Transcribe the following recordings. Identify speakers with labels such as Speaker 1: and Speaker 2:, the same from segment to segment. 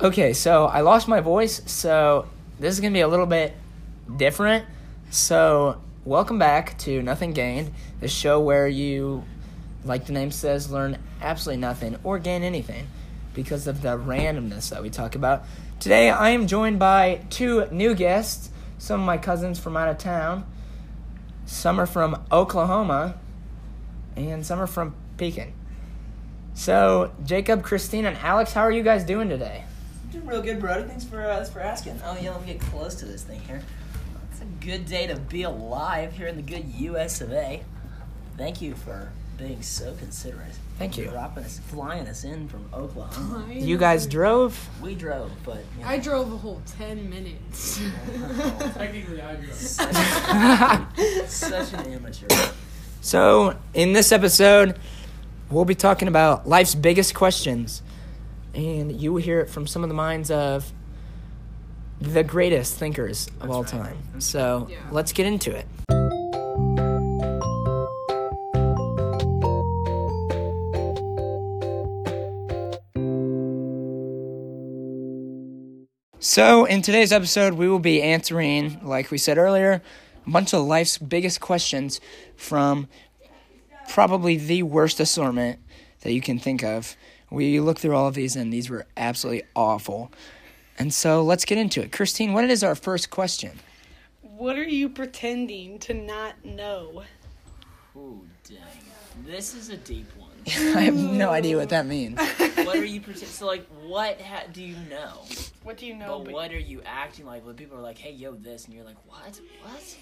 Speaker 1: Okay, so I lost my voice, so this is gonna be a little bit different. So, welcome back to Nothing Gained, the show where you, like the name says, learn absolutely nothing or gain anything because of the randomness that we talk about. Today, I am joined by two new guests, some of my cousins from out of town, some are from Oklahoma, and some are from Pekin. So, Jacob, Christine, and Alex, how are you guys doing today?
Speaker 2: Doing real good, Brody. Thanks for uh, thanks for asking. Oh yeah, let me get close to this thing here. It's a good day to be alive here in the good U.S. of A. Thank you for being so considerate.
Speaker 1: Thank you.
Speaker 2: Dropping us, flying us in from Oklahoma.
Speaker 3: I
Speaker 1: You guys
Speaker 3: know.
Speaker 1: drove?
Speaker 2: We drove, but you know,
Speaker 3: I drove a whole 10 minutes.
Speaker 4: Technically, I do.
Speaker 2: such an amateur.
Speaker 1: so, in this episode, we'll be talking about life's biggest questions. And you will hear it from some of the minds of the greatest thinkers of all time. So,
Speaker 3: Yeah.
Speaker 1: let's get into it. So, in today's episode, we will be answering, like we said earlier, a bunch of life's biggest questions from probably the worst assortment that you can think of. We looked through all of these, and these were absolutely awful. And so, let's get into it. Christine, what is our first question?
Speaker 5: What are you pretending to not know?
Speaker 2: Ooh, dang. This is a deep one.
Speaker 1: I have no idea what that means.
Speaker 2: What are you pretend? So like, what ha- do you know?
Speaker 5: What do you know?
Speaker 2: But
Speaker 5: but-
Speaker 2: what are you acting like when people are like, "Hey, yo, this," and you're like, "What? What?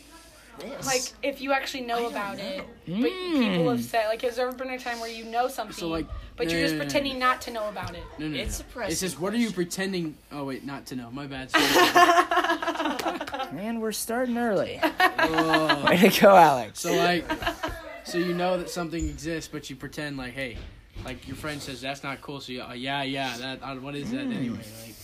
Speaker 2: This?"
Speaker 5: Like, if you actually know
Speaker 2: don't
Speaker 5: about it,
Speaker 2: know.
Speaker 5: but
Speaker 1: Hmm,
Speaker 5: people have said, like, has there ever been a time where you know something,
Speaker 4: So, like,
Speaker 5: but
Speaker 4: no,
Speaker 5: you're
Speaker 4: no,
Speaker 5: just
Speaker 4: no, no,
Speaker 5: pretending not to know about it?
Speaker 4: No, no, no.
Speaker 2: It's
Speaker 4: no.
Speaker 2: depressing.
Speaker 4: It's just, what are you pretending? Oh, wait, not to know. My bad. Sorry.
Speaker 1: Man, we're starting early.
Speaker 4: Oh.
Speaker 1: Way to go, Alex.
Speaker 4: So, like, so you know that something exists, but you pretend, like, hey, like your friend says that's not cool. So, you, uh, yeah, yeah, that, uh, what is that anyway? Like,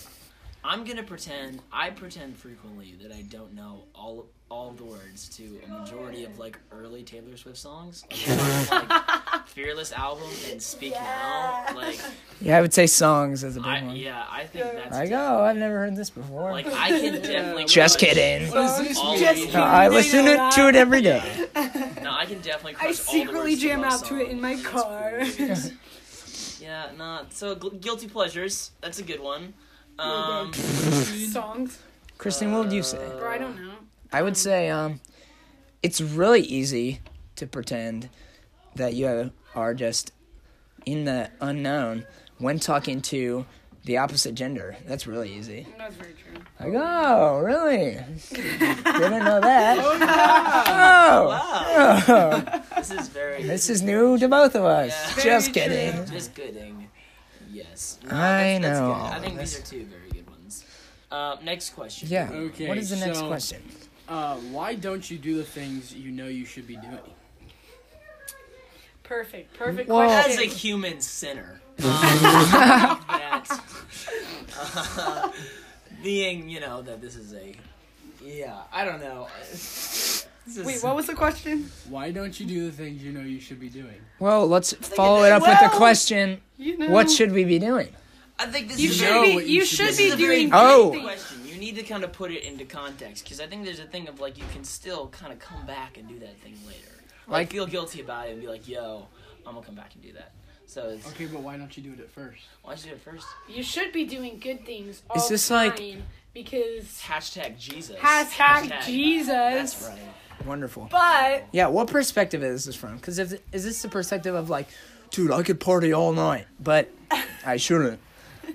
Speaker 2: I'm gonna pretend. I pretend frequently that I don't know all all the words to a majority of like early Taylor Swift songs, like Fearless album and Speak Now. Like,
Speaker 1: Yeah, I would say songs is a big
Speaker 2: I
Speaker 1: one.
Speaker 2: yeah, I think that's
Speaker 1: Like, oh, I've never heard this before.
Speaker 2: like I can definitely
Speaker 1: Just
Speaker 2: crush-
Speaker 1: kidding.
Speaker 4: what does this
Speaker 2: All
Speaker 4: mean?
Speaker 2: just-
Speaker 1: No, I listen to, to it every day.
Speaker 2: No, I can definitely. Crush
Speaker 5: I
Speaker 2: all the
Speaker 5: secretly
Speaker 2: words
Speaker 5: jam
Speaker 2: love
Speaker 5: out to it in my
Speaker 2: songs.
Speaker 5: car.
Speaker 2: It's weird. yeah, no. So gu- guilty pleasures. That's a good one. Um, uh,
Speaker 5: Songs,
Speaker 1: Christine, what would you say?
Speaker 5: bro. I don't know.
Speaker 1: I would say um, it's really easy to pretend that you are just in the unknown when talking to the opposite gender. That's really easy.
Speaker 5: That's very true.
Speaker 1: Like, oh, really? Didn't know that. Oh,
Speaker 2: wow,
Speaker 1: oh,
Speaker 2: this is very.
Speaker 1: this is new to both of us.
Speaker 2: Yeah.
Speaker 1: Just kidding.
Speaker 2: Just kidding. Yes. No,
Speaker 1: I
Speaker 2: that's- that's
Speaker 1: know
Speaker 2: good.
Speaker 1: all
Speaker 2: I think
Speaker 1: this.
Speaker 2: these are two very good ones. Uh, next question.
Speaker 1: Yeah.
Speaker 4: Okay,
Speaker 1: what is the next
Speaker 4: so-
Speaker 1: question?
Speaker 4: Uh, why don't you do the things you know you should be doing?
Speaker 5: Perfect, perfect
Speaker 1: Whoa.
Speaker 2: As
Speaker 5: question.
Speaker 2: a human sinner, um, that, uh, being you know that this is a yeah I don't know. This is-
Speaker 5: Wait, what was the question?
Speaker 4: Why don't you do the things you know you should be doing?
Speaker 1: Well, let's follow it up with a
Speaker 5: Well,
Speaker 1: question.
Speaker 5: You know.
Speaker 1: What should we be doing?
Speaker 2: I think this
Speaker 5: you
Speaker 2: is
Speaker 5: should
Speaker 2: a very
Speaker 4: know
Speaker 5: be?
Speaker 4: what
Speaker 5: You,
Speaker 4: you should
Speaker 5: should
Speaker 4: be
Speaker 5: be doing.
Speaker 2: This is a very
Speaker 1: Oh.
Speaker 2: good
Speaker 5: great things.
Speaker 2: question. You need to kind of put it into context because I think there's a thing of like you can still kind of come back and do that thing later. Like,
Speaker 1: Like-
Speaker 2: feel guilty about it and be like, "Yo, I'm gonna come back and do that." So it's,
Speaker 4: Okay, but why don't you do it at first?
Speaker 2: why don't you do it first?
Speaker 5: You should be doing good things. All
Speaker 1: this
Speaker 5: the
Speaker 1: like-
Speaker 5: time because
Speaker 2: Hashtag Jesus.
Speaker 5: hashtag, Jesus?
Speaker 2: That's right.
Speaker 1: Wonderful.
Speaker 5: But
Speaker 1: Yeah, what perspective is this from? Because is this the perspective of like, dude, I could party all night, but I shouldn't?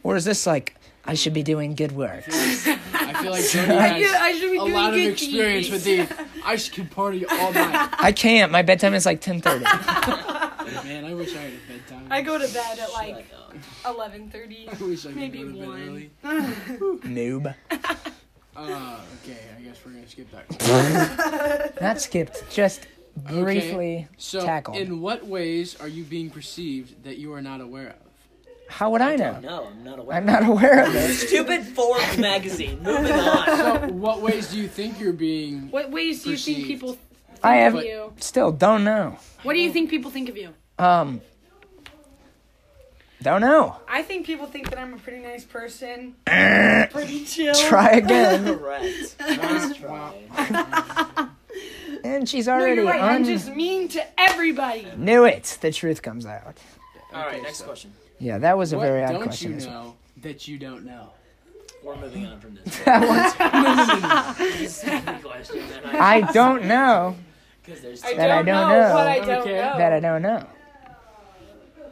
Speaker 1: Or is this like, I should be doing good work?
Speaker 4: I feel like Jody has
Speaker 5: Yeah, I should be
Speaker 4: a
Speaker 5: doing
Speaker 4: lot of
Speaker 5: good
Speaker 4: experience with
Speaker 5: deeds.
Speaker 4: the I sh- can party all night.
Speaker 1: I can't. My bedtime is like ten thirty.
Speaker 4: Man, I wish I had a bedtime.
Speaker 5: I go to bed at like
Speaker 2: Shut up.
Speaker 5: eleven thirty.
Speaker 4: I wish I could
Speaker 5: maybe
Speaker 4: go to bed
Speaker 5: one.
Speaker 4: early.
Speaker 1: Noob.
Speaker 4: Uh, okay, I guess we're gonna skip that.
Speaker 1: Not skipped. Just
Speaker 4: Okay,
Speaker 1: briefly.
Speaker 4: So,
Speaker 1: Tackled.
Speaker 4: in what ways are you being perceived that you are not aware of?
Speaker 1: How would I know?
Speaker 2: No, I'm not aware.
Speaker 1: I'm not aware of it.
Speaker 2: Stupid Forbes magazine. Moving on.
Speaker 4: So, what ways do you think you're being?
Speaker 5: What ways do you think
Speaker 4: Perceived.
Speaker 5: people think
Speaker 1: I have
Speaker 5: of you?
Speaker 1: still don't know.
Speaker 5: What do you think people think of you?
Speaker 1: Um. Don't know.
Speaker 5: I think people think that I'm a pretty nice person. pretty chill.
Speaker 1: Eh. Try again.
Speaker 2: Correct. Nice try.
Speaker 1: and she's
Speaker 5: No,
Speaker 1: already
Speaker 5: you're right. I'm
Speaker 1: un-
Speaker 5: just mean to everybody.
Speaker 1: knew it. The truth comes out.
Speaker 2: All right,
Speaker 4: Okay,
Speaker 2: next
Speaker 4: so
Speaker 2: question.
Speaker 1: Yeah, that was a
Speaker 4: What
Speaker 1: very odd
Speaker 4: don't
Speaker 1: question.
Speaker 4: you
Speaker 1: as well.
Speaker 4: know that you don't know?
Speaker 2: We're moving on from this.
Speaker 1: That one's-
Speaker 2: This is the question that I
Speaker 1: I don't know
Speaker 2: because there's
Speaker 5: I
Speaker 2: two.
Speaker 1: That I
Speaker 5: don't
Speaker 1: don't
Speaker 5: know,
Speaker 1: know.
Speaker 5: what I don't
Speaker 4: Okay.
Speaker 5: know.
Speaker 1: that I don't know.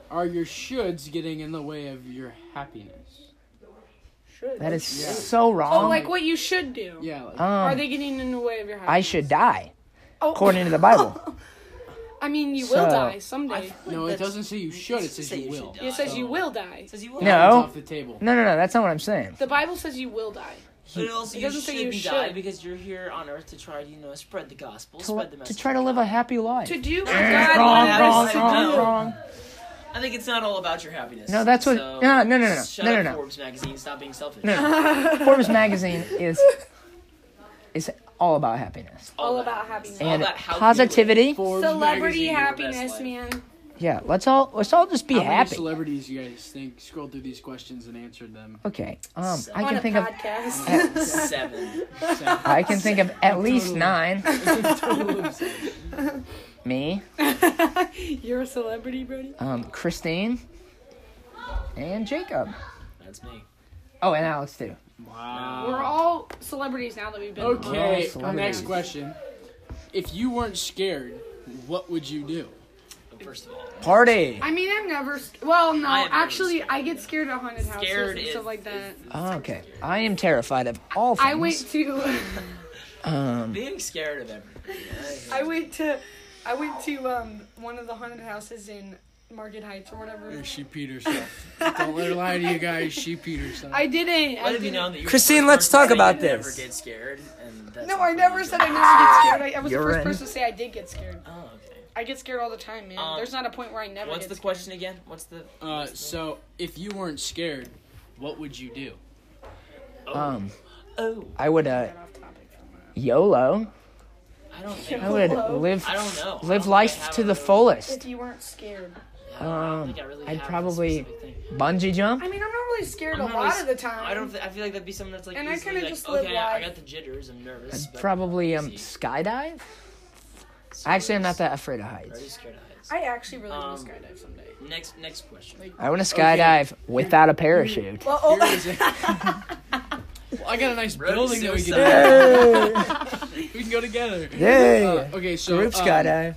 Speaker 4: Are your shoulds getting in the way of your happiness?
Speaker 1: That is
Speaker 4: Yeah.
Speaker 1: so wrong.
Speaker 5: Oh, like what you should do.
Speaker 4: Yeah. Like,
Speaker 5: Are
Speaker 1: um,
Speaker 5: they getting in the way of your house?
Speaker 1: I should die
Speaker 5: Oh.
Speaker 1: according to the Bible.
Speaker 5: I mean, you
Speaker 1: So-
Speaker 5: will die someday.
Speaker 4: no, it doesn't say you should. It
Speaker 2: It
Speaker 4: says
Speaker 2: say
Speaker 4: you
Speaker 2: you should
Speaker 4: will.
Speaker 2: die.
Speaker 5: It says you will die.
Speaker 2: Says you will.
Speaker 1: No.
Speaker 4: It's off the table.
Speaker 1: No, no, no. That's not what I'm saying.
Speaker 5: The Bible says you will die.
Speaker 2: But it also
Speaker 5: It
Speaker 2: you
Speaker 5: doesn't say
Speaker 2: shouldn't
Speaker 5: you
Speaker 2: die
Speaker 5: should.
Speaker 2: because you're here on earth to try to you know spread the gospel,
Speaker 1: To,
Speaker 2: spread the
Speaker 1: to
Speaker 2: message.
Speaker 1: try to
Speaker 2: of
Speaker 1: live
Speaker 2: God.
Speaker 1: a happy life.
Speaker 5: To do what
Speaker 2: Eh,
Speaker 5: God
Speaker 2: wrong,
Speaker 5: wants
Speaker 2: wrong,
Speaker 5: us
Speaker 2: wrong.
Speaker 5: to do.
Speaker 2: I think it's not all about your happiness.
Speaker 1: No, that's what-
Speaker 2: So,
Speaker 1: no, no, no, no, no,
Speaker 2: Shut
Speaker 1: no,
Speaker 2: up,
Speaker 1: no, no.
Speaker 2: Forbes magazine. Stop being selfish.
Speaker 1: No, Forbes magazine is is all about happiness
Speaker 5: All about happiness.
Speaker 2: All
Speaker 1: and
Speaker 2: about how you
Speaker 1: positivity.
Speaker 4: Forbes
Speaker 5: Celebrity
Speaker 4: magazine.
Speaker 5: happiness,
Speaker 2: life.
Speaker 5: man.
Speaker 1: Yeah, let's all let's all just be
Speaker 4: How many
Speaker 1: happy.
Speaker 4: celebrities you guys think scroll through these questions and answered them?
Speaker 1: okay, um,
Speaker 2: So-
Speaker 1: I
Speaker 5: on
Speaker 1: can
Speaker 5: a
Speaker 1: think of
Speaker 5: podcast.
Speaker 2: Seven.
Speaker 1: I can think of at least
Speaker 4: Totally.
Speaker 1: nine.
Speaker 4: Seven.
Speaker 1: Me,
Speaker 5: You're a celebrity, Brody.
Speaker 1: um, Christine, and Jacob.
Speaker 2: That's me.
Speaker 1: Oh, and Alex too.
Speaker 4: wow.
Speaker 5: We're all celebrities now that we've been.
Speaker 4: Okay,
Speaker 1: We're all celebrities.
Speaker 4: next question. If you weren't scared, what would you do?
Speaker 2: But First of all,
Speaker 1: Party.
Speaker 5: I mean, I'm never. Sc- well, no,
Speaker 2: I am never
Speaker 5: actually,
Speaker 2: scared,
Speaker 5: I get
Speaker 2: yeah.
Speaker 5: scared at haunted
Speaker 2: Scared
Speaker 5: houses and
Speaker 2: is-
Speaker 5: stuff like that.
Speaker 1: okay, I am terrified of all things.
Speaker 5: I went to.
Speaker 1: Um,
Speaker 2: being scared of everything.
Speaker 5: I went to. I went to um one of the haunted houses in Market Heights or whatever.
Speaker 4: She peed herself. Don't let her lie to you guys. She peed herself.
Speaker 5: I didn't. I
Speaker 2: What have you
Speaker 5: didn't.
Speaker 2: known that you? were
Speaker 1: Christine,
Speaker 2: the
Speaker 1: let's
Speaker 2: first person
Speaker 1: talk
Speaker 2: to
Speaker 1: about
Speaker 2: never
Speaker 1: this.
Speaker 2: Get scared. And that's
Speaker 5: No,
Speaker 2: not
Speaker 5: I
Speaker 2: really
Speaker 5: never
Speaker 2: good.
Speaker 5: said I never get scared. I, I was
Speaker 1: You're
Speaker 5: the first
Speaker 1: in.
Speaker 5: person to say I did get scared.
Speaker 2: Oh, okay.
Speaker 5: I get scared all the time, man.
Speaker 2: Um,
Speaker 5: There's not a point where I never.
Speaker 2: What's
Speaker 5: get
Speaker 2: the
Speaker 5: scared.
Speaker 2: question again? What's the?
Speaker 4: Uh, so, if you weren't scared, what would you do?
Speaker 2: Oh,
Speaker 1: um,
Speaker 2: oh,
Speaker 1: I would uh,
Speaker 5: Got off topic.
Speaker 1: YOLO.
Speaker 2: I don't. Think,
Speaker 1: I would
Speaker 5: YOLO?
Speaker 1: live
Speaker 2: I don't know. I don't
Speaker 1: live
Speaker 2: think I
Speaker 1: life
Speaker 2: have
Speaker 1: to
Speaker 2: a
Speaker 1: the
Speaker 2: really-
Speaker 1: fullest.
Speaker 5: If you weren't scared.
Speaker 2: I don't, I don't
Speaker 1: um,
Speaker 2: think I really
Speaker 1: I'd
Speaker 2: have a
Speaker 1: probably-
Speaker 2: specific thing.
Speaker 1: Bungee jump.
Speaker 5: I mean, I'm not really scared
Speaker 2: I'm
Speaker 5: a
Speaker 2: not
Speaker 5: lot
Speaker 2: really s-
Speaker 5: of the time.
Speaker 2: I don't. Th- I feel like that'd be something that's like.
Speaker 5: And I
Speaker 2: easily,
Speaker 5: kinda
Speaker 2: like,
Speaker 5: just live
Speaker 2: okay, I- I
Speaker 5: life.
Speaker 2: got the jitters. I'm nervous. but
Speaker 1: Probably um
Speaker 2: easy.
Speaker 1: skydive. Actually, I'm not that afraid of heights.
Speaker 2: Very scared of heights.
Speaker 5: I actually really want
Speaker 2: Um,
Speaker 5: to skydive someday.
Speaker 2: Next, next question.
Speaker 1: I want to skydive without a parachute.
Speaker 5: Well,
Speaker 4: Here is it. Well, I got a nice
Speaker 2: Road
Speaker 4: building that we can
Speaker 2: suicide.
Speaker 1: Yay!
Speaker 4: do. We can go together. Uh,
Speaker 1: Yay!
Speaker 4: okay, so
Speaker 1: Group
Speaker 4: um,
Speaker 1: skydive.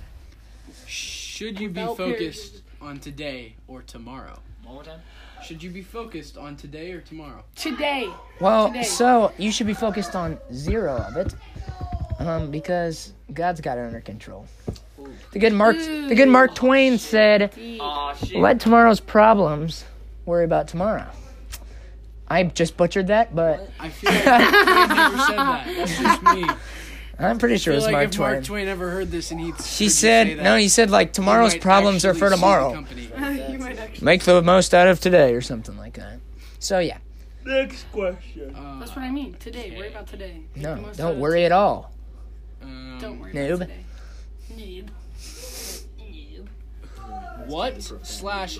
Speaker 4: Should you be
Speaker 5: Without
Speaker 4: focused on today or tomorrow?
Speaker 2: One more time.
Speaker 4: Should you be focused on today or tomorrow?
Speaker 5: today.
Speaker 1: Well,
Speaker 5: today.
Speaker 1: so you should be focused on zero of it, um, because God's got it under control.
Speaker 2: Ooh.
Speaker 1: The good Mark, the good Mark Twain said,
Speaker 2: Aw, shit.
Speaker 1: "Let tomorrow's problems worry about tomorrow." I just butchered that, but
Speaker 4: I feel like Mark Twain never said that. That's just me. I
Speaker 1: I'm pretty sure it
Speaker 4: feel
Speaker 1: was
Speaker 4: like
Speaker 1: Mark
Speaker 4: if
Speaker 1: Twain.
Speaker 4: Mark Twain ever heard this and he
Speaker 1: She said, "No, he said like tomorrow's problems are for tomorrow.
Speaker 5: you might actually.
Speaker 1: Make the most out of today, or something like that." So yeah,
Speaker 2: Next question.
Speaker 4: Uh,
Speaker 5: That's what I mean. Today. Worry about today. Make the
Speaker 1: no,
Speaker 5: most out
Speaker 1: don't
Speaker 5: of
Speaker 1: worry at all.
Speaker 4: um,
Speaker 5: today. Don't worry
Speaker 1: Noob.
Speaker 5: about today. Noob. Noob.
Speaker 4: What slash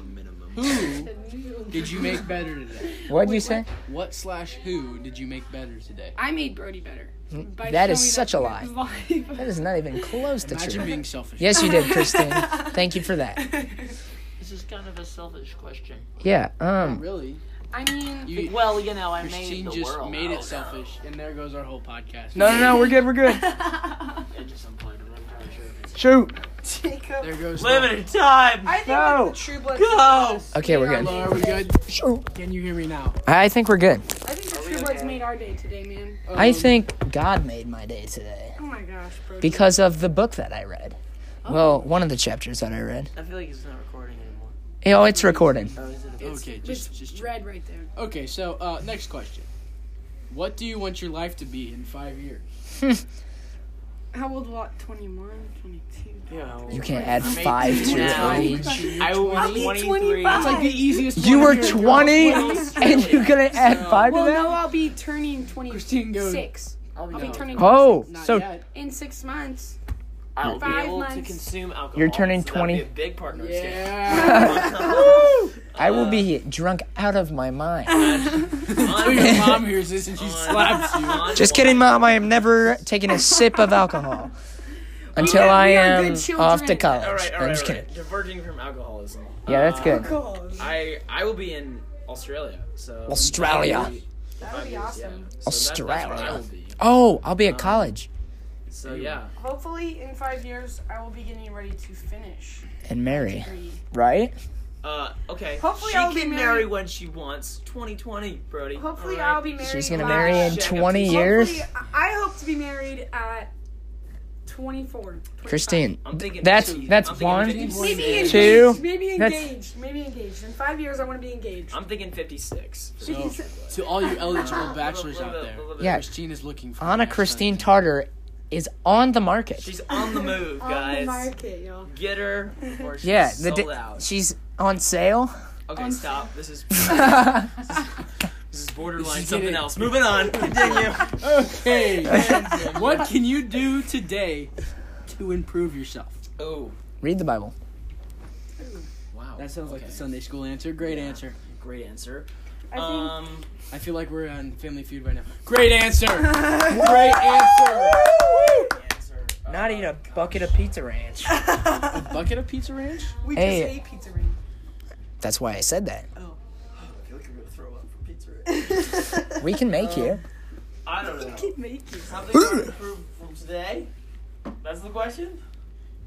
Speaker 4: who did you make better today?
Speaker 1: What'd you say?
Speaker 4: What slash who did you make better today?
Speaker 5: I made Brody better. by
Speaker 1: Mm, that is
Speaker 5: showing up
Speaker 1: such a
Speaker 5: with vibe.
Speaker 1: That is not even close to
Speaker 4: Imagine
Speaker 1: true.
Speaker 4: being selfish.
Speaker 1: Yes, you did, Christine. Thank you for that.
Speaker 2: This is kind of a selfish question.
Speaker 1: Yeah. Um.
Speaker 4: Really?
Speaker 5: I mean,
Speaker 4: You,
Speaker 2: Well, you know, I made
Speaker 4: Christine
Speaker 2: the
Speaker 4: just
Speaker 2: world.
Speaker 4: made
Speaker 2: out.
Speaker 4: it selfish, and there goes our whole podcast.
Speaker 1: No, no, no. We're good. We're good.
Speaker 2: It just imploded. I'm entirely sure of it.
Speaker 1: Shoot.
Speaker 5: Jacob.
Speaker 4: There goes.
Speaker 2: Limited time.
Speaker 5: I think
Speaker 1: No.
Speaker 5: no. the True Blood.
Speaker 2: Go.
Speaker 1: Okay, we're
Speaker 4: Hello,
Speaker 1: good.
Speaker 4: are we good?
Speaker 1: Shoot.
Speaker 4: Can you hear me now?
Speaker 1: I think we're good.
Speaker 5: I think the True Bloods made our day today, man.
Speaker 1: I
Speaker 4: Um,
Speaker 1: think God made my day today
Speaker 5: Oh my gosh, Brody.
Speaker 1: because of the book that I read. Well, one of the chapters that I read.
Speaker 2: I feel like it's not recording anymore.
Speaker 1: You know, it's recording.
Speaker 2: Oh, is it?
Speaker 4: Okay, just
Speaker 5: it's
Speaker 4: just
Speaker 5: red right there.
Speaker 4: Okay, so uh, next question. What do you want your life to be in five years?
Speaker 5: How old? What? 21, 22.
Speaker 1: You can't add five to
Speaker 2: Now.
Speaker 1: your age.
Speaker 2: I
Speaker 5: I'll be
Speaker 2: was 23.
Speaker 5: 25.
Speaker 4: It's like the easiest.
Speaker 1: You were
Speaker 4: one here.
Speaker 1: 20 and you're gonna add five to
Speaker 5: Well, no,
Speaker 1: that?
Speaker 5: I'll be turning
Speaker 4: Christine goes.
Speaker 5: 26. I'll be turning.
Speaker 1: Oh,
Speaker 4: Not
Speaker 1: so
Speaker 4: yet.
Speaker 5: in six months.
Speaker 2: I'll be
Speaker 5: Five
Speaker 2: able to
Speaker 5: months.
Speaker 2: consume alcohol.
Speaker 1: You're turning
Speaker 2: so that'll be
Speaker 1: 20.
Speaker 2: a big partner mistake.
Speaker 4: Yeah.
Speaker 1: I will be drunk out of my mind.
Speaker 4: Until your mom hears this and she
Speaker 2: On-
Speaker 4: slaps you.
Speaker 2: on-
Speaker 1: Just kidding, mom. I am never taking a sip of alcohol until
Speaker 5: are- we
Speaker 1: I
Speaker 5: are
Speaker 1: am
Speaker 5: good children.
Speaker 1: off to college.
Speaker 2: All right, all right,
Speaker 1: I'm just
Speaker 2: all right.
Speaker 1: kidding.
Speaker 2: Diverging from alcoholism.
Speaker 1: Yeah, that's
Speaker 2: Uh,
Speaker 1: good.
Speaker 5: God.
Speaker 2: I I will be in Australia. So
Speaker 1: Australia.
Speaker 2: That'll be-
Speaker 5: That would be awesome.
Speaker 2: yeah. So that- that's where I
Speaker 1: Australia.
Speaker 2: will be.
Speaker 1: Oh, I'll be at college
Speaker 2: So yeah,
Speaker 5: Hopefully, in five years, I will be getting ready to finish.
Speaker 1: and marry,
Speaker 5: Three.
Speaker 1: right?
Speaker 2: uh, okay.
Speaker 5: Hopefully
Speaker 2: she
Speaker 5: I'll
Speaker 2: can
Speaker 5: be
Speaker 2: marry
Speaker 5: married-
Speaker 2: when she wants. 2020, Brody.
Speaker 5: Hopefully,
Speaker 2: All right.
Speaker 5: I'll be married.
Speaker 1: She's gonna
Speaker 5: by-
Speaker 1: marry in
Speaker 2: Jacob,
Speaker 1: 20
Speaker 2: please.
Speaker 1: years.
Speaker 5: Hopefully, I I hope to be married at 24. 25.
Speaker 1: Christine,
Speaker 2: I'm thinking.
Speaker 1: that's
Speaker 2: 50.
Speaker 1: that's
Speaker 2: I'm thinking
Speaker 1: one.
Speaker 2: 56.
Speaker 5: Maybe
Speaker 4: Two.
Speaker 5: engaged.
Speaker 1: Two.
Speaker 5: Maybe
Speaker 1: That's-
Speaker 5: engaged. Maybe engaged. In five years, I want to be engaged.
Speaker 2: I'm thinking 56.
Speaker 4: So, to all you eligible bachelors out there,
Speaker 1: Yeah.
Speaker 4: Christine is looking for
Speaker 1: Anna
Speaker 4: that
Speaker 1: Christine
Speaker 4: son.
Speaker 1: Tartar is on the market.
Speaker 2: She's on the move,
Speaker 5: On the
Speaker 2: guys.
Speaker 5: Oh, market, y'all.
Speaker 2: Get her or she's
Speaker 1: Yeah, the
Speaker 2: sold
Speaker 1: di-
Speaker 2: out.
Speaker 1: she's on sale.
Speaker 2: okay, stop. This is this is borderline
Speaker 4: is
Speaker 2: something
Speaker 4: getting-
Speaker 2: else. Moving on. Continue.
Speaker 4: Hey, what can you do today to improve yourself?
Speaker 2: oh,
Speaker 1: Read the Bible.
Speaker 2: wow.
Speaker 4: That sounds like
Speaker 2: Okay.
Speaker 4: the Sunday school answer. Great answer.
Speaker 2: Great answer.
Speaker 5: I think
Speaker 2: Um,
Speaker 4: I feel like we're on Family Feud right now. Great answer. Great answer.
Speaker 2: answer.
Speaker 1: Not eat a bucket of pizza ranch.
Speaker 4: A bucket of pizza ranch.
Speaker 5: we
Speaker 1: Hey.
Speaker 5: just ate pizza ring.
Speaker 1: That's why I said that.
Speaker 2: I feel like I'm gonna throw up from pizza.
Speaker 1: We can make you.
Speaker 2: I don't know.
Speaker 5: Make you.
Speaker 2: Something to improve from today. That's the question.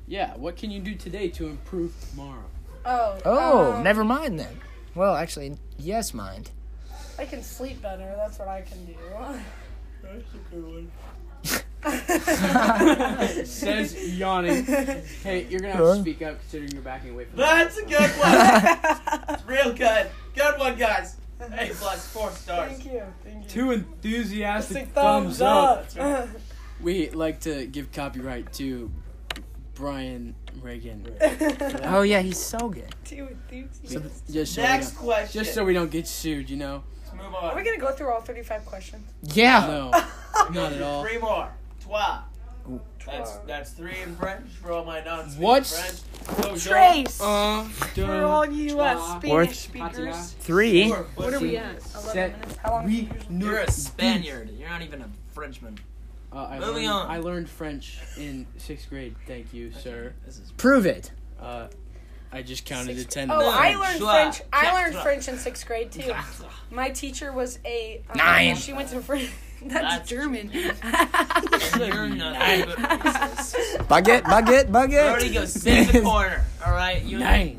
Speaker 4: Yeah. What can you do today to improve tomorrow?
Speaker 5: Oh.
Speaker 1: Oh,
Speaker 5: um,
Speaker 1: never mind then. Well, actually, yes, mind.
Speaker 5: I can sleep better. That's what I can do.
Speaker 4: Says yawning. Hey, you're gonna have
Speaker 1: Huh?
Speaker 4: to speak up considering you're backing away from.
Speaker 2: That's a good one. It's real good. Good one, guys. A plus four stars.
Speaker 5: Thank you. Thank you.
Speaker 4: Two enthusiastic
Speaker 5: Six thumbs up.
Speaker 4: We like to give copyright to Brian Reagan.
Speaker 1: Oh yeah, he's so good.
Speaker 5: Two
Speaker 4: So-
Speaker 5: enthusiastic.
Speaker 4: just so we
Speaker 2: Next
Speaker 4: don't-
Speaker 2: question.
Speaker 4: just so we don't get sued, you know?
Speaker 2: Let's move
Speaker 5: Are we
Speaker 2: on.
Speaker 5: gonna go through all 35 questions?
Speaker 1: Yeah.
Speaker 4: No, not at all.
Speaker 2: Three more. Trois. That's that's three in French for all my non-speaking
Speaker 4: What's-
Speaker 2: French.
Speaker 5: Trace.
Speaker 4: Uh,
Speaker 5: For all you
Speaker 4: Trois.
Speaker 5: uh,
Speaker 1: Worth-
Speaker 5: Spanish speakers.
Speaker 1: Three.
Speaker 5: What are we at? 11
Speaker 4: Set.
Speaker 5: minutes. How long?
Speaker 4: We
Speaker 2: You're a Spaniard. You're not even a Frenchman.
Speaker 4: Uh, I
Speaker 2: Moving
Speaker 4: learned,
Speaker 2: on.
Speaker 4: I learned French in sixth grade. Thank you, sir.
Speaker 2: This is
Speaker 1: Prove it.
Speaker 4: Uh, I just counted
Speaker 5: Sixth-
Speaker 4: to ten.
Speaker 5: Oh, I learned
Speaker 2: Schla-
Speaker 5: French. I learned
Speaker 2: Schla-
Speaker 5: French in sixth grade too. My teacher was a um,
Speaker 1: Nine.
Speaker 5: She went to French. That's,
Speaker 2: That's
Speaker 5: German.
Speaker 2: You're nothing but racist.
Speaker 1: Bucket, buget,
Speaker 2: Brody, go sit in the corner. All right, you
Speaker 4: Nine.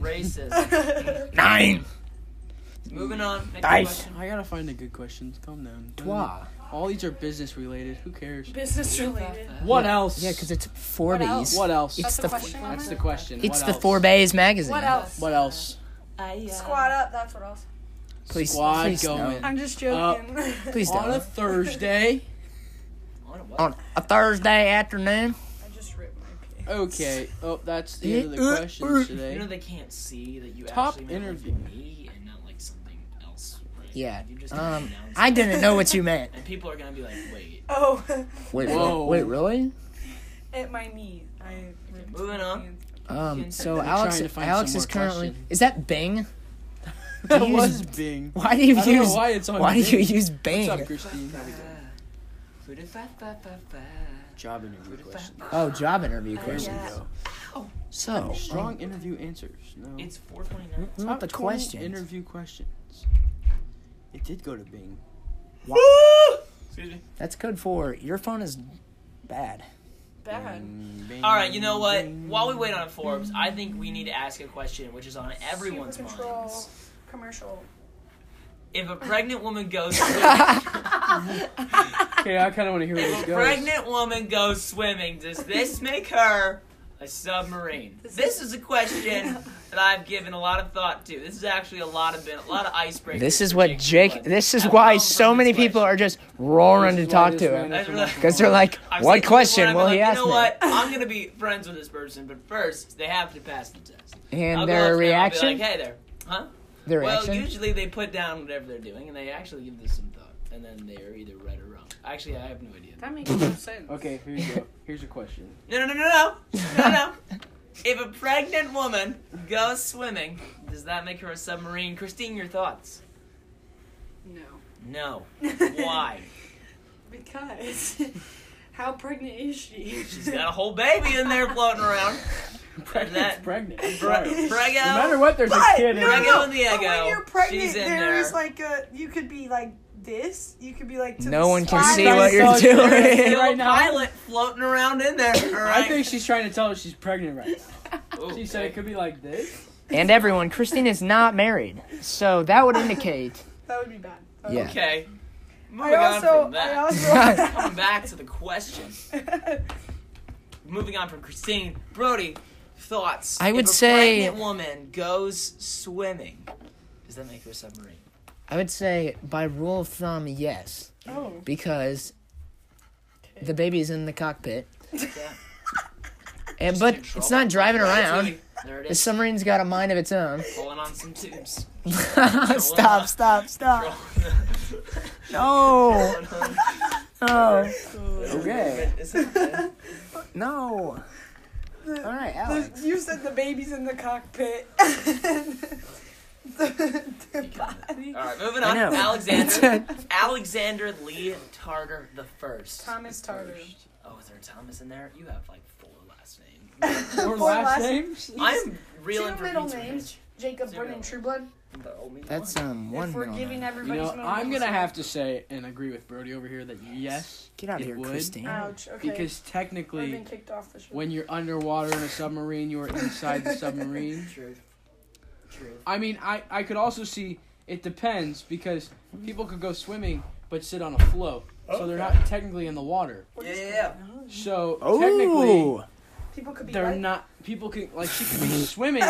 Speaker 2: racist.
Speaker 1: Nine.
Speaker 2: Moving on. Next
Speaker 1: Nice.
Speaker 2: question.
Speaker 4: I gotta find a good question. Calm down. Um,
Speaker 1: Trois.
Speaker 4: All these are business related. Who cares?
Speaker 5: Business related.
Speaker 4: What else?
Speaker 1: Yeah, because it's four
Speaker 5: What else?
Speaker 1: B's.
Speaker 4: what else?
Speaker 1: It's
Speaker 5: That's
Speaker 1: the
Speaker 5: the
Speaker 1: f-
Speaker 5: question.
Speaker 4: That's the question.
Speaker 1: It's
Speaker 4: What
Speaker 1: the
Speaker 4: else?
Speaker 1: Four Bays magazine.
Speaker 5: What else?
Speaker 4: What else?
Speaker 5: Squat up. That's what else.
Speaker 1: Please,
Speaker 4: Squad
Speaker 1: please
Speaker 4: going.
Speaker 1: No.
Speaker 5: I'm just joking.
Speaker 1: Please
Speaker 4: On a
Speaker 1: don't.
Speaker 4: Thursday.
Speaker 2: On a what?
Speaker 1: On a Thursday afternoon.
Speaker 5: I just ripped my pants.
Speaker 4: Okay. Oh, that's the end of
Speaker 1: Uh,
Speaker 4: the
Speaker 1: uh, uh.
Speaker 4: questions
Speaker 2: You know
Speaker 4: today.
Speaker 2: they can't see that you
Speaker 4: Top
Speaker 2: actually meant
Speaker 4: interview.
Speaker 2: like me and not like something else. Right?
Speaker 1: Yeah.
Speaker 2: You just
Speaker 1: Um,
Speaker 2: announced
Speaker 1: I
Speaker 2: it.
Speaker 1: didn't know what you meant.
Speaker 2: And people are gonna be like, wait.
Speaker 5: Oh,
Speaker 1: Wait,
Speaker 4: Whoa.
Speaker 1: wait, really?
Speaker 5: at my knee. I ripped
Speaker 2: Moving
Speaker 5: my
Speaker 2: on.
Speaker 5: pants.
Speaker 1: Um, so
Speaker 4: We're
Speaker 1: Alex,
Speaker 4: trying to find
Speaker 1: Alex
Speaker 4: some
Speaker 1: is
Speaker 4: more
Speaker 1: currently.
Speaker 4: question.
Speaker 1: Is that Bing?
Speaker 4: That
Speaker 1: Use-
Speaker 4: was Bing.
Speaker 1: Why do you
Speaker 4: I don't know
Speaker 1: use?
Speaker 4: why it's on.
Speaker 1: Why do
Speaker 4: Bing.
Speaker 1: you use Bing?
Speaker 4: What's up, Christine?
Speaker 2: Ba-da-ba-ba-ba-ba.
Speaker 4: Job interview question.
Speaker 1: Oh, job interview question.
Speaker 5: yeah.
Speaker 1: So, um,
Speaker 4: Strong interview answers. No.
Speaker 2: It's 429.
Speaker 1: not the
Speaker 4: Top 20
Speaker 1: question.
Speaker 4: Interview questions. It did go to Bing.
Speaker 2: Excuse me.
Speaker 1: That's code for your phone is bad.
Speaker 5: Bad.
Speaker 4: Bing.
Speaker 2: All right, you know what? While we wait on Forbes, I think we need to ask a question which is on everyone's
Speaker 5: Super control
Speaker 2: minds.
Speaker 5: Commercial.
Speaker 2: If a pregnant woman goes swimming,
Speaker 4: Okay, I kind of want to hear where
Speaker 2: if
Speaker 4: this
Speaker 2: a
Speaker 4: goes.
Speaker 2: pregnant woman goes swimming, does this make her a submarine? This is a question that I've given a lot of thought to. This is actually a lot of been a lot of icebreakers.
Speaker 1: This is
Speaker 2: for
Speaker 1: what Jake.
Speaker 2: was.
Speaker 1: This is
Speaker 2: I've
Speaker 1: why
Speaker 2: come
Speaker 1: so
Speaker 2: from
Speaker 1: many
Speaker 2: this
Speaker 1: people
Speaker 2: question.
Speaker 1: are just roaring to
Speaker 4: This is why
Speaker 1: talk
Speaker 4: this
Speaker 1: to
Speaker 4: man
Speaker 1: him
Speaker 4: is from
Speaker 2: That's
Speaker 1: because they're like,
Speaker 2: I've seen
Speaker 1: "What
Speaker 2: people where
Speaker 1: question
Speaker 2: I've
Speaker 1: will
Speaker 2: been
Speaker 1: he
Speaker 2: like,
Speaker 1: ask
Speaker 2: You know
Speaker 1: me?"
Speaker 2: what? I'm gonna be friends with this person, but first they have to pass the test.
Speaker 1: And
Speaker 2: I'll go
Speaker 1: their
Speaker 2: up to them, I'll be
Speaker 1: reaction,
Speaker 2: like, hey there. Huh?
Speaker 1: their
Speaker 2: Well,
Speaker 1: reaction.
Speaker 2: usually they put down whatever they're doing and they actually give this some thought.
Speaker 6: and then they are either right or wrong. Actually, I have no idea.
Speaker 3: That makes no sense.
Speaker 4: Okay, here you go. Here's your question.
Speaker 2: No, no, no, no, no, no, no. If a pregnant woman goes swimming, does that make her a submarine? Christine, your thoughts?
Speaker 7: No.
Speaker 6: No. Why?
Speaker 3: Because how pregnant is she?
Speaker 2: She's got a whole baby in there floating around.
Speaker 4: Pregnant.
Speaker 2: that-
Speaker 4: pregnant.
Speaker 2: Pre-
Speaker 4: Sorry.
Speaker 2: prego.
Speaker 4: No matter what, there's a
Speaker 5: But-
Speaker 4: kid in
Speaker 5: no,
Speaker 4: there.
Speaker 2: Prego
Speaker 5: no.
Speaker 2: and the
Speaker 5: But when
Speaker 2: ego.
Speaker 5: you're pregnant,
Speaker 2: She's in
Speaker 5: there
Speaker 2: there.
Speaker 5: is like a you could be like this. You could be like to
Speaker 1: No
Speaker 5: the
Speaker 1: one can
Speaker 5: side.
Speaker 1: see what you're
Speaker 4: Dinosaurs.
Speaker 1: doing.
Speaker 2: Still
Speaker 4: Right
Speaker 2: a
Speaker 4: now-
Speaker 2: pilot floating around in there. All right.
Speaker 4: I think she's trying to tell us she's pregnant right now.
Speaker 6: Ooh,
Speaker 4: She said it could be like this.
Speaker 1: And everyone, Christine is not married, so that would indicate.
Speaker 5: That would be bad. That would
Speaker 1: Yeah.
Speaker 2: Okay.
Speaker 5: I
Speaker 2: Moving on
Speaker 5: also,
Speaker 2: from
Speaker 5: I
Speaker 2: that. Coming
Speaker 5: also.
Speaker 2: back to the question. Moving on from Christine, Brody, thoughts.
Speaker 1: I would
Speaker 2: if a
Speaker 1: say-
Speaker 2: pregnant woman goes swimming. Does that make her a submarine?
Speaker 1: I would say, by rule of thumb, yes,
Speaker 5: oh.
Speaker 1: because the baby's in the cockpit,
Speaker 2: Yeah.
Speaker 1: and,
Speaker 6: She's
Speaker 1: but
Speaker 6: in
Speaker 1: it's
Speaker 6: trouble.
Speaker 1: not driving around.
Speaker 6: There it
Speaker 1: The
Speaker 6: is.
Speaker 1: submarine's got a mind of its own.
Speaker 6: Pulling on some tubes.
Speaker 1: stop! Stop!
Speaker 3: Uh.
Speaker 1: Stop! No! No!
Speaker 4: Okay.
Speaker 2: Is it- okay.
Speaker 1: No! All right, Alex.
Speaker 5: The- you said the baby's in the cockpit. the, the body.
Speaker 2: All right, moving
Speaker 1: I
Speaker 2: on.
Speaker 1: know.
Speaker 2: Alexander, Alexander Lee Tarter the first.
Speaker 3: Thomas Tartar.
Speaker 2: Oh, is there a Thomas in there? You have like four last names.
Speaker 4: Her
Speaker 5: Poor
Speaker 4: last
Speaker 5: last-
Speaker 4: name?
Speaker 2: I'm reeling
Speaker 3: Two
Speaker 2: for
Speaker 3: middle
Speaker 2: pizza.
Speaker 3: names: Jacob
Speaker 2: Zero.
Speaker 3: Vernon Trueblood.
Speaker 2: The only
Speaker 1: That's
Speaker 2: one.
Speaker 1: um one.
Speaker 3: If we're
Speaker 1: middle
Speaker 3: giving
Speaker 1: name.
Speaker 4: You
Speaker 3: everybody's
Speaker 4: know,
Speaker 3: middle
Speaker 4: I'm
Speaker 3: names-
Speaker 4: gonna have to say and agree with Brody over here that yes,
Speaker 1: Get out of
Speaker 4: It
Speaker 1: here,
Speaker 4: would.
Speaker 1: Christine.
Speaker 3: Ouch. Okay.
Speaker 4: because
Speaker 3: I've
Speaker 4: technically,
Speaker 3: been kicked off the show.
Speaker 4: when you're underwater in a submarine, you are inside the submarine.
Speaker 2: Truth. Truth.
Speaker 4: I mean, I, I could also see it depends because people could go swimming but sit on a float, so they're not technically in the water.
Speaker 5: What
Speaker 2: Yeah,
Speaker 5: is
Speaker 2: yeah,
Speaker 5: going
Speaker 2: yeah.
Speaker 5: on?
Speaker 4: So
Speaker 1: Oh!
Speaker 5: People could be
Speaker 4: technically, they're
Speaker 5: like,
Speaker 4: not. People can like she could be swimming,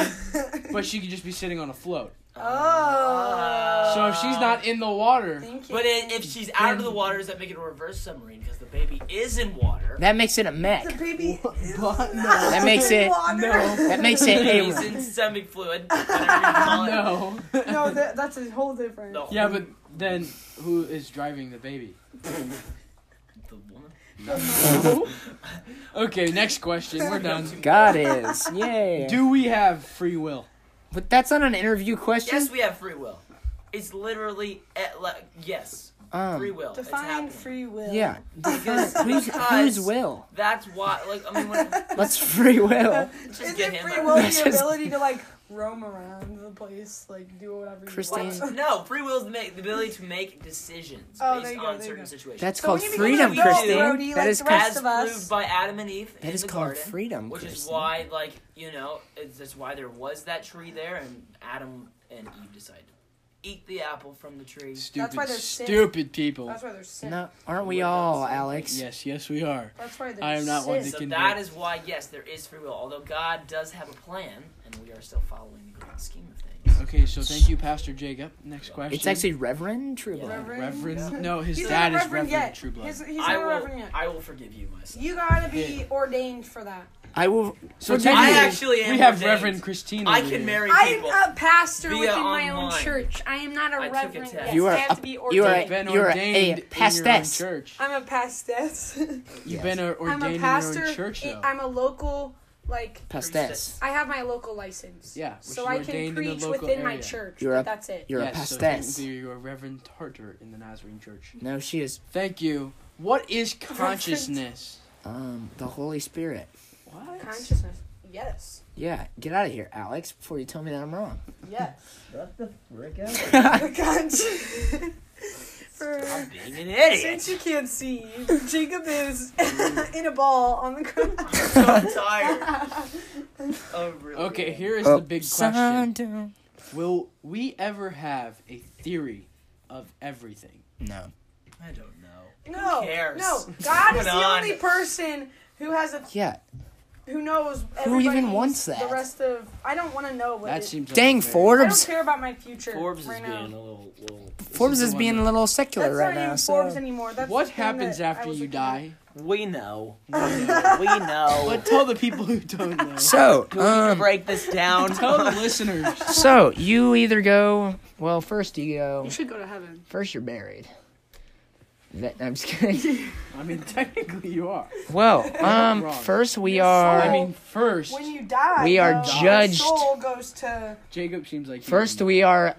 Speaker 4: but she could just be sitting on a float.
Speaker 5: Oh.
Speaker 4: So if she's not in the water,
Speaker 5: Thank you.
Speaker 2: But i if she's out of the water, does that make it a reverse submarine? Because the baby is in water.
Speaker 1: That makes it a
Speaker 5: the
Speaker 1: mech.
Speaker 5: baby is
Speaker 4: What? No.
Speaker 5: not
Speaker 1: That makes
Speaker 5: in
Speaker 1: it-
Speaker 5: water.
Speaker 4: no.
Speaker 1: That makes it
Speaker 2: He's
Speaker 1: a.
Speaker 2: in stomach fluid. Whatever you call it.
Speaker 4: no.
Speaker 5: No, that, that's a whole different.
Speaker 2: The
Speaker 4: Yeah, but then who is driving the baby?
Speaker 2: The woman.
Speaker 4: Okay, next question. We're done.
Speaker 1: God is. Yay.
Speaker 4: Do we have free will?
Speaker 1: But that's not an interview question.
Speaker 2: Yes, we have free will. It's literally at le- yes, free
Speaker 1: um,
Speaker 2: will. It's
Speaker 5: Define
Speaker 2: happening.
Speaker 5: free will.
Speaker 1: yeah.
Speaker 2: Because,
Speaker 1: Who's,
Speaker 2: because
Speaker 1: whose will?
Speaker 2: that's why. Like I mean, when,
Speaker 1: Let's free will.
Speaker 2: just get
Speaker 5: Isn't
Speaker 2: him.
Speaker 5: free
Speaker 2: out.
Speaker 5: will
Speaker 1: That's
Speaker 5: the
Speaker 1: just-
Speaker 5: ability to like roam around the place, like do whatever
Speaker 1: Christine.
Speaker 5: you want?
Speaker 2: No, free will is the, ma- the ability to make decisions
Speaker 5: Oh, there
Speaker 2: based
Speaker 5: you go,
Speaker 2: on
Speaker 5: there you
Speaker 2: certain
Speaker 5: go.
Speaker 2: situations.
Speaker 1: That's
Speaker 5: So
Speaker 1: called
Speaker 5: when you become
Speaker 1: freedom,
Speaker 2: an adult,
Speaker 1: Christine.
Speaker 5: Brody,
Speaker 1: that
Speaker 5: like
Speaker 1: is
Speaker 5: the
Speaker 1: called,
Speaker 5: rest
Speaker 2: as
Speaker 5: of us.
Speaker 2: proved by Adam and Eve in
Speaker 1: that is
Speaker 2: the
Speaker 1: called
Speaker 2: garden,
Speaker 1: freedom,
Speaker 2: which is
Speaker 1: Christine.
Speaker 2: why, like you know, it's, that's why there was that tree there, and Adam and Eve decided to eat the apple from the tree.
Speaker 4: Stupid,
Speaker 5: why they're sick.
Speaker 4: stupid people.
Speaker 5: That's why they're sick.
Speaker 1: No, aren't we all, Alex?
Speaker 4: Yes, yes, we are.
Speaker 5: That's why they're
Speaker 4: I am not one
Speaker 5: sick.
Speaker 4: They
Speaker 2: So
Speaker 4: can
Speaker 2: that
Speaker 4: do-
Speaker 2: is why, yes, there is free will. Although God does have a plan, and we are still following the grand scheme of things.
Speaker 4: Okay, so thank you, Pastor Jacob. Next question.
Speaker 1: It's actually Reverend
Speaker 2: Yeah.
Speaker 1: Trueblood.
Speaker 4: Reverend. No, his
Speaker 5: He's
Speaker 4: dad
Speaker 5: not a
Speaker 4: is
Speaker 5: reverend
Speaker 4: Reverend
Speaker 5: yet.
Speaker 4: Trueblood.
Speaker 5: He's,
Speaker 2: I
Speaker 5: he's not a
Speaker 2: will,
Speaker 5: reverend yet.
Speaker 2: I will forgive you myself.
Speaker 5: You gotta be ordained for that.
Speaker 1: I will.
Speaker 4: so
Speaker 2: I
Speaker 4: technically,
Speaker 2: actually am
Speaker 4: we have
Speaker 2: ordained.
Speaker 4: Reverend Christine.
Speaker 2: I
Speaker 4: over
Speaker 2: can
Speaker 4: here.
Speaker 2: marry
Speaker 3: I'm
Speaker 2: people.
Speaker 3: a pastor
Speaker 2: Via
Speaker 3: within my own
Speaker 2: online.
Speaker 3: church. I am not a
Speaker 2: I took a
Speaker 3: reverend.
Speaker 2: test.
Speaker 3: Yes,
Speaker 1: You are
Speaker 3: I have
Speaker 1: a-
Speaker 3: to be
Speaker 1: you are a-
Speaker 3: ordained.
Speaker 4: Been
Speaker 1: You're
Speaker 4: ordained in your own
Speaker 1: pastess.
Speaker 4: church.
Speaker 5: I'm a pastess.
Speaker 4: You've
Speaker 1: Yes.
Speaker 4: been uh, ordained
Speaker 3: I'm a
Speaker 4: in
Speaker 3: pastor.
Speaker 4: your own church, though.
Speaker 3: I'm a local, like,
Speaker 1: Pastes.
Speaker 3: I have my local license.
Speaker 4: Yeah, which
Speaker 3: So
Speaker 4: you
Speaker 3: I
Speaker 4: ordained in
Speaker 3: can
Speaker 4: the
Speaker 3: preach
Speaker 4: local
Speaker 3: within my
Speaker 4: area.
Speaker 3: church.
Speaker 1: You're
Speaker 3: but
Speaker 1: a-
Speaker 3: that's it.
Speaker 1: You're a
Speaker 4: yes, so
Speaker 1: pastes.
Speaker 4: technically you're a Reverend Tartar in the Nazarene Church.
Speaker 1: No, she is
Speaker 4: Thank you. What is consciousness?
Speaker 1: um the Holy Spirit.
Speaker 4: What?
Speaker 3: Consciousness. Yes.
Speaker 1: Yeah, get out of here, Alex, before you tell me that I'm wrong.
Speaker 3: Yes.
Speaker 5: Conscious. for,
Speaker 2: Being an idiot.
Speaker 5: since you can't see, Jacob is in a ball on the ground.
Speaker 2: I'm so tired. Oh, really?
Speaker 4: Okay, here is the big question.
Speaker 1: Sundown.
Speaker 4: Will we ever have a theory of everything?
Speaker 1: No.
Speaker 2: I don't know.
Speaker 5: No,
Speaker 2: cares?
Speaker 5: no. God
Speaker 2: What's
Speaker 5: is the
Speaker 2: going on?
Speaker 5: only person who has a
Speaker 1: Yeah.
Speaker 5: who knows.
Speaker 1: Who even
Speaker 5: everybody's-
Speaker 1: wants that?
Speaker 5: The rest of I don't want to know what.
Speaker 4: That
Speaker 5: it-
Speaker 4: seems
Speaker 1: Dang
Speaker 4: unfair.
Speaker 5: I
Speaker 1: Forbes.
Speaker 5: don't care about my future
Speaker 6: Forbes
Speaker 5: right
Speaker 6: is
Speaker 5: now.
Speaker 6: being a little. little
Speaker 1: Forbes
Speaker 4: the
Speaker 1: is
Speaker 4: one
Speaker 1: being a
Speaker 4: that-
Speaker 1: little secular
Speaker 5: That's
Speaker 1: right
Speaker 5: not
Speaker 1: now.
Speaker 5: even
Speaker 1: So.
Speaker 5: Forbes anymore. That's
Speaker 4: What
Speaker 5: the thing
Speaker 4: happens
Speaker 5: that I
Speaker 4: after
Speaker 5: was
Speaker 4: you
Speaker 5: looking at.
Speaker 4: die?
Speaker 6: we know. We know. We know.
Speaker 4: But tell the people who don't know.
Speaker 1: So,
Speaker 2: Do we need to
Speaker 1: um,
Speaker 2: break this down.
Speaker 4: tell the listeners.
Speaker 1: so you either go. Well, first you go.
Speaker 3: You should go to heaven.
Speaker 1: First you're buried. That, I'm just kidding.
Speaker 4: I mean, technically you are.
Speaker 1: Well, um,
Speaker 4: Wrong.
Speaker 1: first we
Speaker 8: Your
Speaker 1: are.
Speaker 4: I
Speaker 8: soul-
Speaker 4: mean, first,
Speaker 8: When you die,
Speaker 1: We are
Speaker 8: though, your
Speaker 1: judged.
Speaker 8: Soul goes to.
Speaker 4: Jacob seems like. he-
Speaker 1: First we are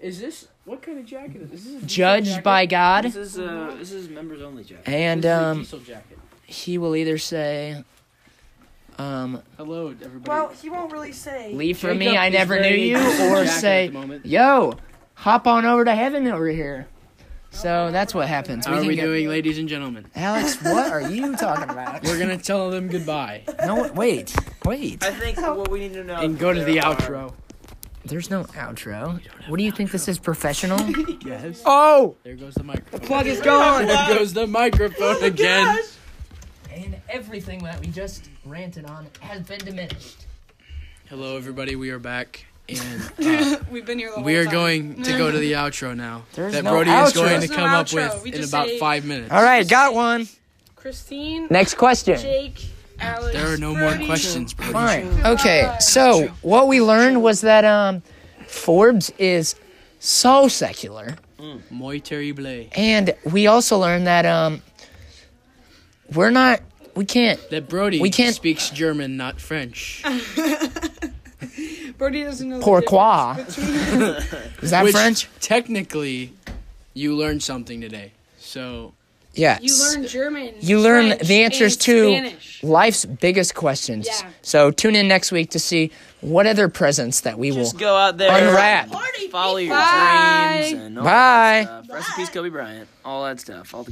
Speaker 4: is this what kind of jacket is this? Is this a diesel
Speaker 1: judged
Speaker 4: jacket?
Speaker 1: by God,
Speaker 2: This is uh, this is members only jacket.
Speaker 1: and
Speaker 4: This is a
Speaker 1: um,
Speaker 4: diesel jacket.
Speaker 1: he will either say, um,
Speaker 4: Hello, everybody.
Speaker 8: Well, he won't really say.
Speaker 1: "Leave for
Speaker 4: Jacob
Speaker 1: me, I
Speaker 4: is
Speaker 1: never knew
Speaker 4: wearing a
Speaker 1: you,"
Speaker 4: diesel
Speaker 1: or
Speaker 4: jacket at
Speaker 1: say,
Speaker 4: the moment.
Speaker 1: "Yo, hop on over to heaven over here." So that's what happens.
Speaker 4: How are
Speaker 1: can
Speaker 4: we
Speaker 1: get-
Speaker 4: doing, ladies and gentlemen?
Speaker 1: Alex? What are you talking about?
Speaker 4: We're gonna tell them goodbye
Speaker 1: No, wait, wait.
Speaker 9: I think what we need to
Speaker 2: Oh,
Speaker 9: know.
Speaker 4: and go to
Speaker 9: there
Speaker 4: the
Speaker 9: are-
Speaker 4: outro.
Speaker 1: There's no outro. What do you think? This is professional.
Speaker 4: Yes.
Speaker 1: oh,
Speaker 4: There goes the microphone.
Speaker 1: plug is gone.
Speaker 4: There goes the microphone again.
Speaker 1: And everything that we just ranted on has been diminished.
Speaker 4: Hello, everybody. We are back, and uh,
Speaker 5: We've been here the whole
Speaker 4: we are
Speaker 5: time.
Speaker 4: going to go to the outro now.
Speaker 1: There's
Speaker 4: that
Speaker 1: no
Speaker 4: Brody is
Speaker 1: outro.
Speaker 4: going
Speaker 5: There's
Speaker 4: to
Speaker 5: no
Speaker 4: come up
Speaker 5: outro.
Speaker 4: with
Speaker 5: We
Speaker 4: in
Speaker 5: just
Speaker 4: about
Speaker 5: say-
Speaker 4: five minutes.
Speaker 1: All right, got one.
Speaker 5: Christine,
Speaker 1: Next question.
Speaker 5: Jake, Alex.
Speaker 4: There are no more
Speaker 5: Brody.
Speaker 4: questions, Brody.
Speaker 1: Fine. Okay, so what we learned was that um, Forbes is so secular,
Speaker 4: Moi terrible.
Speaker 1: and we also learned that um, we're not, we can't.
Speaker 4: That Brody
Speaker 1: We can't-
Speaker 4: speaks German, not French.
Speaker 5: Brody doesn't know. the
Speaker 1: Pourquoi?
Speaker 5: difference between-
Speaker 1: Is that
Speaker 4: Which
Speaker 1: French?
Speaker 4: Technically, you learned something today. So
Speaker 1: Yes.
Speaker 5: you learn German.
Speaker 1: You learn
Speaker 5: French,
Speaker 1: the answers
Speaker 5: and
Speaker 1: to
Speaker 5: Spanish.
Speaker 1: life's biggest questions.
Speaker 5: Yeah.
Speaker 1: So tune in next week to see what other presents that we will
Speaker 9: Just go out there.
Speaker 1: unwrap.
Speaker 9: Follow your dreams and all
Speaker 1: Bye.
Speaker 9: that stuff. Recipes Kobe Bryant. All that stuff. All the good.